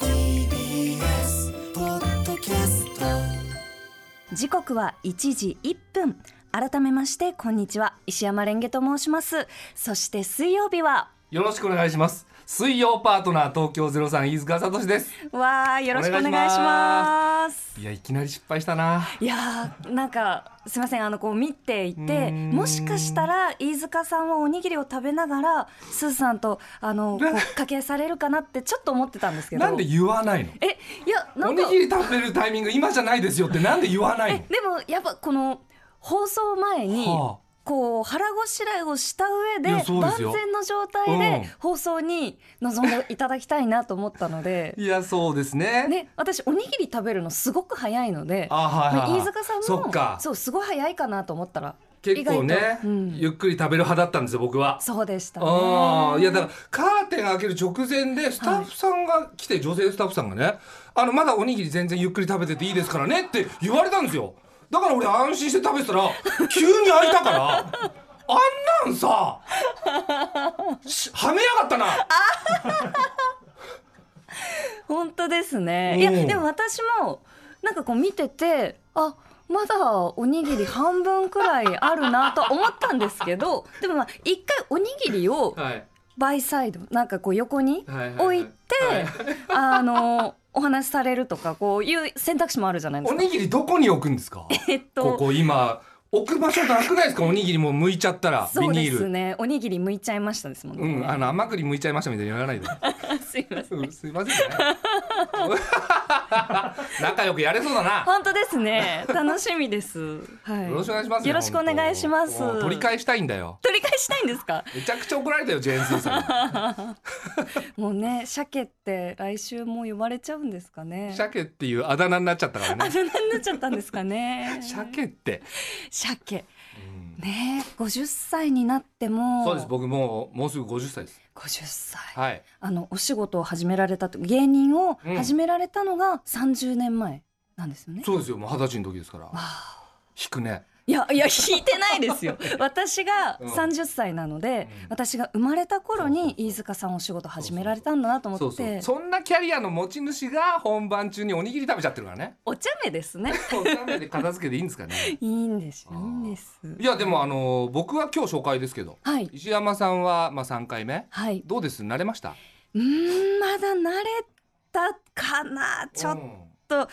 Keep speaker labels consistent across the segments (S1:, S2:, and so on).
S1: TBS ポッドキャスト
S2: 時刻は1時1分改めましてこんにちは石山レンゲと申しますそして水曜日は
S3: よろしくお願いします。水曜パートナー東京ゼロさん飯塚 聡です。
S2: わあよろしくお願いし
S3: お願いし
S2: ま
S3: ますいやいきなり失敗したな。
S2: いやーなんかすいませんあのこう見ていてもしかしたら飯塚さんはおにぎりを食べながらすずさんとあの こう掛け合いされるかなってちょっと思ってたんですけど
S3: なんで言わないの？
S2: えいやな
S3: お
S2: んか
S3: にぎり食べるタイミング今じゃないですよってなんで言わな
S2: え
S3: い
S2: でもやっぱこの放送前に、
S3: はあ
S2: こう腹ごしらえをした上で
S3: いやそう
S2: 万
S3: ですよ
S2: 全の状態
S3: うん
S2: で放送に臨んでいただきたいなと思ったので
S3: の？。いやそうですね。
S2: ね、私おにぎり食べるのすごく早いので、
S3: あはいはいはい
S2: まあ飯塚さんも
S3: そっか
S2: うすごい早いかなと思ったら
S3: 結構
S2: 意外
S3: ね、
S2: とうん
S3: ゆっくり食べる派だったんですよ僕は。
S2: そうでしたね
S3: ああいやだからカーテン開ける直前でスタッフさんが来て、女性スタッフさんがねあのまだおにぎり全然ゆっくり食べてていいですからねって言われたんですよだから俺安心して食べてた ら急に開いたからあんなんさしはめやがったな
S2: 本当ですね
S3: うん
S2: いやでも私もなんかこう見ててあまだおにぎり半分くらいあるなとは思ったんですけど でもまあ一回おにぎりを
S3: はい
S2: バイサイドなんかこう横に
S3: はいはいはい
S2: 置いてあのお話しされるとかこういう選択肢もあるじゃないで
S3: お
S2: すか。
S3: にぎりどこに置くんですか
S2: えっと
S3: ここ今置く場所なくないですかおにぎりもう剥いちゃったらビ
S2: そう
S3: ニ
S2: で
S3: ー
S2: す
S3: ル
S2: ね。おにぎり剥いちゃいましたですもん
S3: う
S2: ね。
S3: んあの甘栗剥いちゃいましたみたいに言わないで
S2: すいません。
S3: うんすいませんね仲良くやれそうだな
S2: 本当ですね。楽しみです。はい。
S3: よろしくお願いしますよ。
S2: よろしくお願いします
S3: 本当もう取り返したいんだよ。
S2: 取り返したいんですか。
S3: めちゃくちゃ怒られたよ、ジェーンスーさ
S2: もうね、鮭って来週も呼ばれちゃうんですかね。
S3: ん。鮭っていうあだ名になっちゃったから
S2: あ、
S3: ね。
S2: そんなになっちゃったんですかね。
S3: 鮭って。
S2: 鮭。ね、五十歳になっても。
S3: そうです。僕もうもうすぐ50歳です。
S2: 五十歳。
S3: はい。
S2: あのお仕事を始められたと芸人を
S3: うん
S2: 始められたのが30年前なんですよね。
S3: そうですよ。もう二十歳の時ですから。引くね。
S2: いやいや引いてないです よ。私が
S3: うん
S2: 30歳なので、
S3: うん
S2: 私が生まれた頃に飯塚さんお仕事始められたんだなと思って、
S3: そうそう。そんなキャリアの持ち主が本番中におにぎり食べちゃってるからね。
S2: お茶目ですね。
S3: お茶目で片付けでいいんですかね。
S2: いいんですよ。い
S3: あ
S2: い
S3: ー
S2: んです。
S3: いやでもあの僕は今日紹介ですけど、
S2: はい
S3: 石山さんはまあ三回目。
S2: はい。
S3: どうです？慣れました？
S2: うーんまだ慣れたかなちょっ
S3: うん
S2: と、あ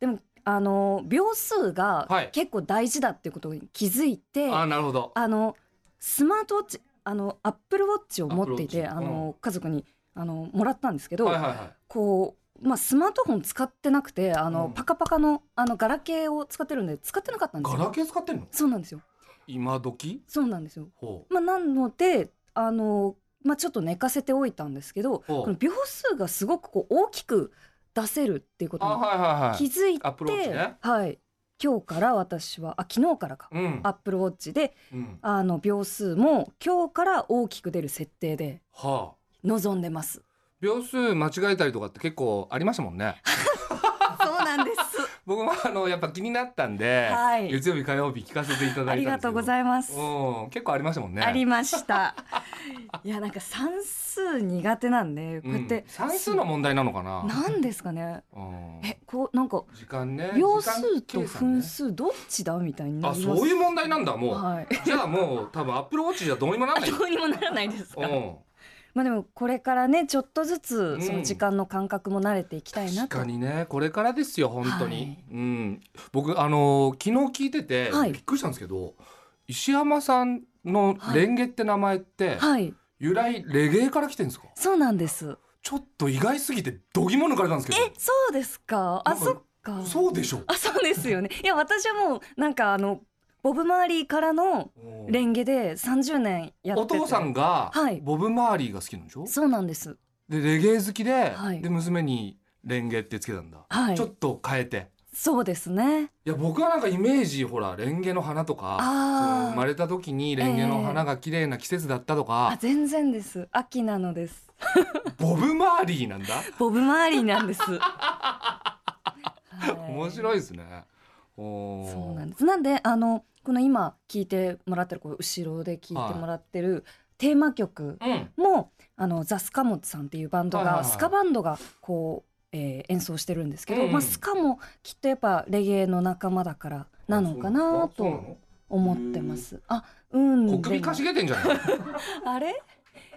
S2: でもあの秒数が
S3: はい
S2: 結構大事だっていうことに気づいて。
S3: あなるほど。
S2: あのスマートウォッチあのアップルウォッチを持っていて
S3: Apple
S2: あ
S3: Watch
S2: の、家族にあのもらったんですけど、
S3: はいはいはい。
S2: こう、まあ、スマートフォン使ってなくてあの、
S3: うん
S2: パカパカのあのガラケーを使ってるんで使ってなかったんです
S3: ガ
S2: よ。
S3: ラケー使ってんの？
S2: そうなんですよ
S3: 今時？
S2: そうなんですよ、
S3: ほ
S2: まあ、なのであの、まあ、ちょっと寝かせておいたんですけど
S3: お
S2: この秒数がすごくこう大きく出せるっていうこ
S3: あ
S2: とに
S3: はいはいは
S2: 気
S3: い。
S2: づいて、
S3: Apple Watch ね
S2: はい、今日から私はあ昨日からか、
S3: うん
S2: アップルウォッチで
S3: うん。
S2: あの秒数も今日から大きく出る設定で
S3: はあ。
S2: 臨んで ます。
S3: 秒数間違えたりとかって結構ありました もんね。
S2: そうなんです。
S3: 僕もあのやっぱ気になったんで、
S2: はい
S3: 月曜日火曜日聞かせていた だ
S2: あ
S3: い
S2: り
S3: たん
S2: が
S3: ですけど。
S2: とうございます。
S3: うん結構ありましたもんね。
S2: ありま した。いやなんか算数苦手なんでこうやっ
S3: う
S2: て
S3: ん、算数の問題なのかな。
S2: なんですかね。
S3: うん
S2: えこうなんか
S3: 時間ね。
S2: 秒数
S3: 時間
S2: と
S3: 計算ね
S2: 分数どっちだみたいにな
S3: あ
S2: ります。
S3: そういう問題なんだもう。
S2: はい。
S3: じゃあもう多分アップルウォッチじゃどうにもなんないよ。
S2: どうにもならないです
S3: う
S2: か。
S3: ん。
S2: まあでもこれからねちょっとずつ
S3: ん
S2: その時間の感覚も慣れていきたいな
S3: 確
S2: と。
S3: かにねこれからですよ本当に、
S2: はい
S3: うん僕あのー昨日聞いてて、
S2: はい
S3: びっくりしたんですけど石山さんの
S2: はい
S3: レンゲって名前って、
S2: はい。
S3: 由来レゲエから来てんですか
S2: そうなんです。
S3: ちょっと意外すぎてどぎも抜かれたんですけ
S2: えそうですか。
S3: な
S2: あ
S3: んか
S2: そっか。
S3: どそうでしょ
S2: あそうですよね。いや私はもうなんかあのボブマーリーからのレンゲで30年やって
S3: お
S2: て
S3: 父さんが
S2: はい
S3: ボブ・マーリーが好きなんでしょ、
S2: そうなんです。
S3: でレゲエ好きで、
S2: はい
S3: で娘にレンゲってつけたんだ、
S2: はい
S3: ちょっと変えて
S2: そうですね
S3: いや僕はなんかイメージほらレンゲの花とか
S2: あー
S3: その生まれた時にレンゲの花が綺麗な季節だったと
S2: あ
S3: か、
S2: 全然です秋なのです
S3: ボブ・マーリーなんだ、
S2: ボブマーリーなん です、はい
S3: 面白いですねおー
S2: そうなんです。なんであのこの今聞いてもらってるこう後ろで聞いてもらってる、テーマ曲
S3: うん
S2: もあのザスカモツさんっていうバンドが、
S3: はいはいはい
S2: スカバンドがこう、えー演奏してるんですけど、
S3: うんうん
S2: まあスカもきっとやっぱレゲエの仲間だからなのか
S3: あ
S2: な
S3: そうな
S2: と
S3: の
S2: 思ってます。あ、うん。
S3: 小首かし
S2: で
S3: げてんじゃないデ
S2: もあれ？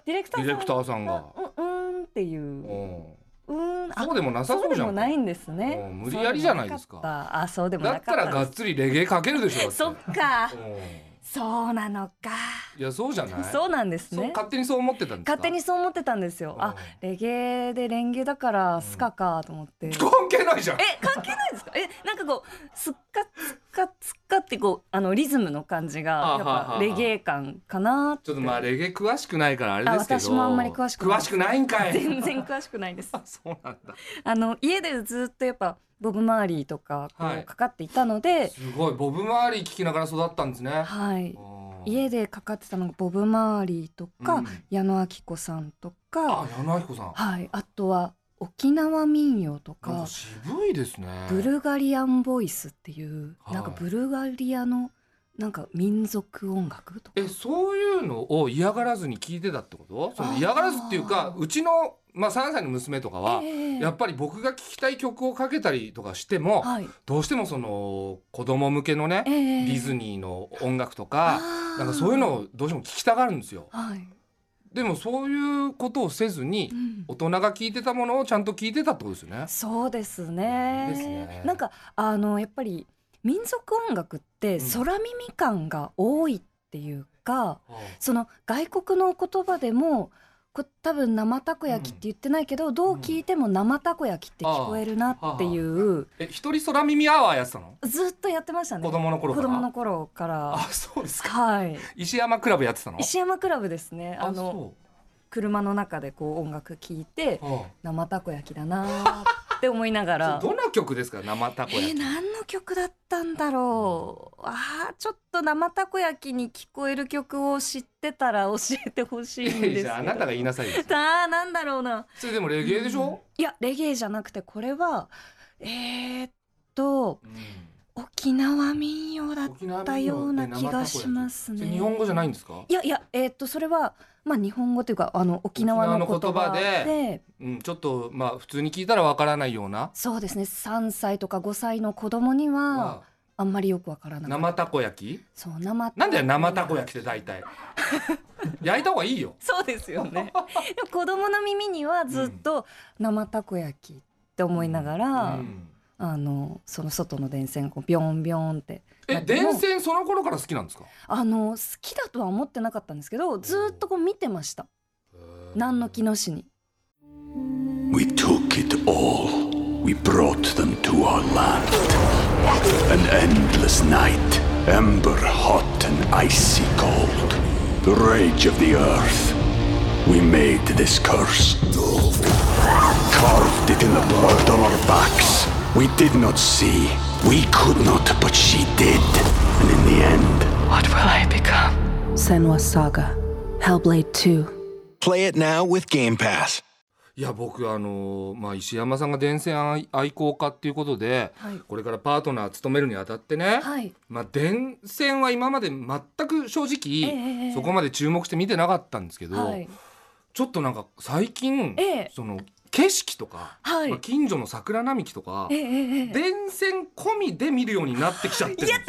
S2: ディレクター
S3: ィ
S2: さん
S3: レクターさんが。
S2: うんうんっていう。
S3: お
S2: うん。あ
S3: そうでもなさそうじゃん
S2: でもないんです
S3: お
S2: ね
S3: う。無理やりじゃないです
S2: そ
S3: か
S2: うでもなったあ、そうで
S3: ー
S2: も
S3: だ
S2: な
S3: っ
S2: かった
S3: らが
S2: た
S3: っ
S2: です。
S3: つりレゲエかけるでしょだて
S2: そっか。
S3: おー
S2: そうなのか。
S3: いやそうじゃない
S2: そうなんです
S3: そう
S2: ね。
S3: 勝手にそう思ってたんですか
S2: 勝手にそう思ってたんですよ。あ、レゲエでレンゲだからスカかと思って。
S3: 関係ないじゃん
S2: え、関係ないですか。え、なんかこうスッカスッカスッカってこうあのリズムの感じが
S3: あ
S2: やっ
S3: はあは
S2: ぱ
S3: あ
S2: レゲエ感かなって。
S3: ちょっとまあレゲエ詳しくないからあれですけど
S2: あ私もあんまり詳しくない
S3: 詳しくないんかい
S2: 全然詳しくないです。
S3: そうなんだ
S2: あの家でずっとやっぱボブマーリーとかこ
S3: は
S2: う
S3: い
S2: かかっていたので、
S3: すごいボブ・マーリー聞きながら育ったんですね
S2: はい。
S3: おー
S2: 家でかかってたのがボブマーリーとか、
S3: うん
S2: 矢野明子さんと
S3: あ
S2: か、
S3: 矢野明子さん
S2: はい。あとは沖縄民謡と
S3: なん
S2: か
S3: か。渋いですね
S2: ブルガリアンボイスっていう、
S3: はい
S2: なんかブルガリアのなんか民族音楽とか
S3: えそういうのを嫌がらずに聞いてたってことその嫌がらずっていうかうちの、まあ、3歳の娘とかは、
S2: ええ
S3: やっぱり僕が聴きたい曲をかけたりとかしても、
S2: はい
S3: どうしてもその子供向けのね、
S2: ええ
S3: ディズニーの音楽とか
S2: あー
S3: なんかそういうのをどうしても聴きたがるんですよ。
S2: はい、
S3: でもそういうことをせずに、
S2: うん
S3: 大人が聴いてたものをちゃんと聴いてたってことですよね。
S2: そうですね
S3: ですね
S2: なんかあのやっぱり民族音楽って
S3: うん
S2: 空耳感が多いっていうか、その外国のお言葉でもこ多分生たこ焼きって言ってないけど、どう聞いても生たこ焼きって聞こえるなっていう、
S3: え一人空耳アワーやってたの
S2: ずっとやってましたね
S3: 子供の頃
S2: 子
S3: から
S2: 供の頃から
S3: あそうですか
S2: はい
S3: 石山クラブやってたの
S2: 石山クラブですねあの
S3: そ
S2: 車の中でこう音楽聴いて
S3: うああ
S2: 生たこ焼きだなーって思いな がら
S3: どんな曲ですか生た
S2: え
S3: こ焼
S2: ー
S3: き、
S2: 何の曲だったんだろうあーちょっと生たこ焼きに聞こえる曲を知ってたら教えてほしいんですけ
S3: じ
S2: ど
S3: ゃああなたが言いなさいよ
S2: あーなんだろうな
S3: それでもレゲエでしょ、
S2: いやレゲエじゃなくてこれはえーっと
S3: うん
S2: 沖縄民謡だっ
S3: 沖縄
S2: た
S3: 民謡
S2: ような
S3: で
S2: 気
S3: 生たこ
S2: が
S3: 焼き
S2: します
S3: そ
S2: ね
S3: れ日本語じゃないんですか
S2: いやいや、えーっと、それは、まあ、日本語というか、あの、沖縄の言葉
S3: 沖
S2: で。
S3: 縄の言うんちょっとまあ普通に聞いたらわからないような
S2: そうですね、3歳とか5歳の子供には、あんまりよくわからない。
S3: 生たこ焼き
S2: そう、生。
S3: なんだよ生たこ焼きって大 体焼いた方がいいよ
S2: そうですよね。でも子供の耳には、ずっと生たこ焼きって思いながら。
S3: うん
S2: あの、その外の電線、こう、ビョンビョンって。
S3: え
S2: なっても
S3: 電線その頃から好きなんですか
S2: あの、好きだとは思ってなかったんですけど、ずっとこう見てました。何の気のしに。
S4: We took it all. We brought them to our land. An endless night, ember hot and icy cold. The rage of the earth. We made this curse. Carved it in the blood on our backs. We did not see. We could not, but she did. And in the end,
S5: What will I become?
S6: Senwa Saga. Hellblade 2.
S7: Play it now with Game Pass.
S3: いや僕あのまあ石山さんが電線愛愛好家っていうことで、
S2: はい
S3: これからパートナー務めるにあたってね、
S2: はい
S3: まあ電線は今まで全く正直、
S2: ええ
S3: そこまで注目して見てなかったんですけど、
S2: はい。
S3: ちょっとなんか最近、
S2: ええ
S3: その景色とか、
S2: はい
S3: まあ近所の桜並木とか、
S2: ええええええ
S3: 電線込みで見るようになってきちゃってる
S2: やっ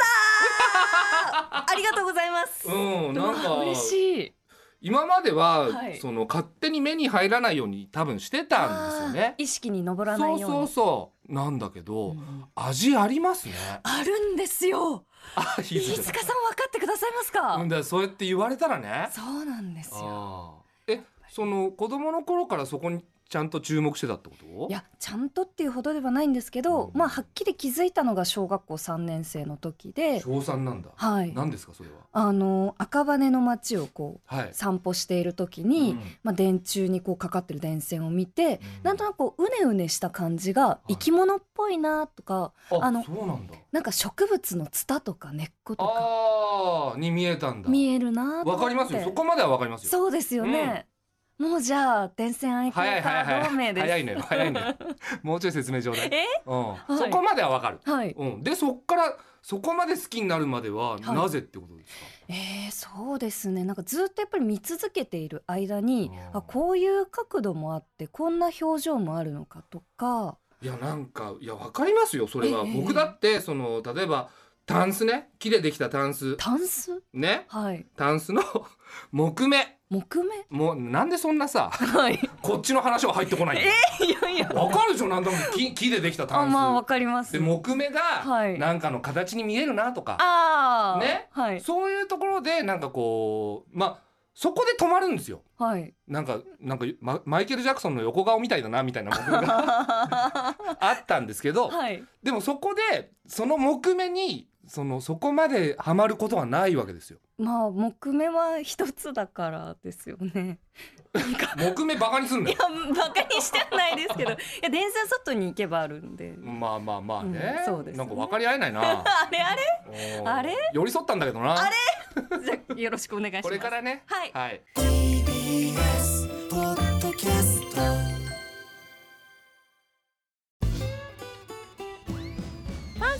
S2: たーありがとうございます。
S3: うんなんか
S2: うわ嬉しい。
S3: 今までは、
S2: はい
S3: その勝手に目に入らないように多分してたんですよ
S2: あー
S3: ね。
S2: 意識に上らないように。
S3: そうそうそうなんだけど、味ありますね。
S2: あるんですよ。
S3: あ
S2: 飯塚さん分かってくださいますか。
S3: うんだからそうやって言われたらね。
S2: そうなんですよ。
S3: あーえその子供の頃からそこにちゃんと注目してたってこと
S2: いやちゃんとっていうほどではないんですけど、まあはっきり気づいたのが小学校3年生の時で、
S3: 賞賛なんだ、
S2: はい、
S3: 何ですかそれは
S2: あの赤羽の街をこう
S3: はい
S2: 散歩している時に、
S3: うん
S2: まあ、電柱にこうかかってる電線を見て、
S3: うん
S2: なんとなくこううねうねした感じが
S3: い
S2: 生き物っぽいなとか、
S3: あ
S2: あの
S3: そうなんだ
S2: なんか植物のツタとか根っことか
S3: あーに見えたんだ
S2: 見えるなと思
S3: わ
S2: って
S3: かりますよそこまではわかりますよ
S2: そうですよね、もうじゃあ電線愛好
S3: 早
S2: 家
S3: い早い早い
S2: 同盟です
S3: 早いのよ 早いのよもうちょい説明ちょうだい
S2: え
S3: うん
S2: い
S3: そこまではわかる
S2: はい
S3: うんでそっからそこまで好きになるまではいなぜってことですか
S2: えー、そうですねなんかずっとやっぱり見続けている間に
S3: うん
S2: あこういう角度もあってこんな表情もあるのかとか
S3: いやなんかいやわかりますよそれは
S2: ええ
S3: 僕だってその例えばタンスね木でできたタンス
S2: タンス
S3: ね
S2: はい
S3: タンスの 木目
S2: 木目
S3: もうなんでそんなさ
S2: はい
S3: こっちの話は入ってこないの
S2: いやいや
S3: わかるでしょなんだもん木木でできたタ
S2: あ
S3: ンス、
S2: まあわかります
S3: で木目
S2: は
S3: が
S2: い
S3: なんかの形に見えるなとか、
S2: ああ
S3: ね
S2: はい
S3: そういうところでなんかこうまあそこで止まるんですよ
S2: はい
S3: なんかなんかママイケル・ジャクソンの横顔みたいだなみたいな木目が あったんですけど、
S2: はい
S3: でもそこでその木目にそのそこまでハマることはないわけですよ。
S2: まあ木目は一つだからですよね
S3: 木目バカにすん
S2: い
S3: だ
S2: や
S3: よ。
S2: バカにしてはないですけどいや電線外に行けばあるんで
S3: まあまあまあね、
S2: うんそうです
S3: な
S2: ね
S3: んか分かり合えないな
S2: あれあれ
S3: おー
S2: あれ
S3: 寄り添ったんだけどな
S2: じゃあよろしくお願いします
S3: これからね
S2: はい
S3: はい、
S1: TBS ポッドキャスト
S5: パン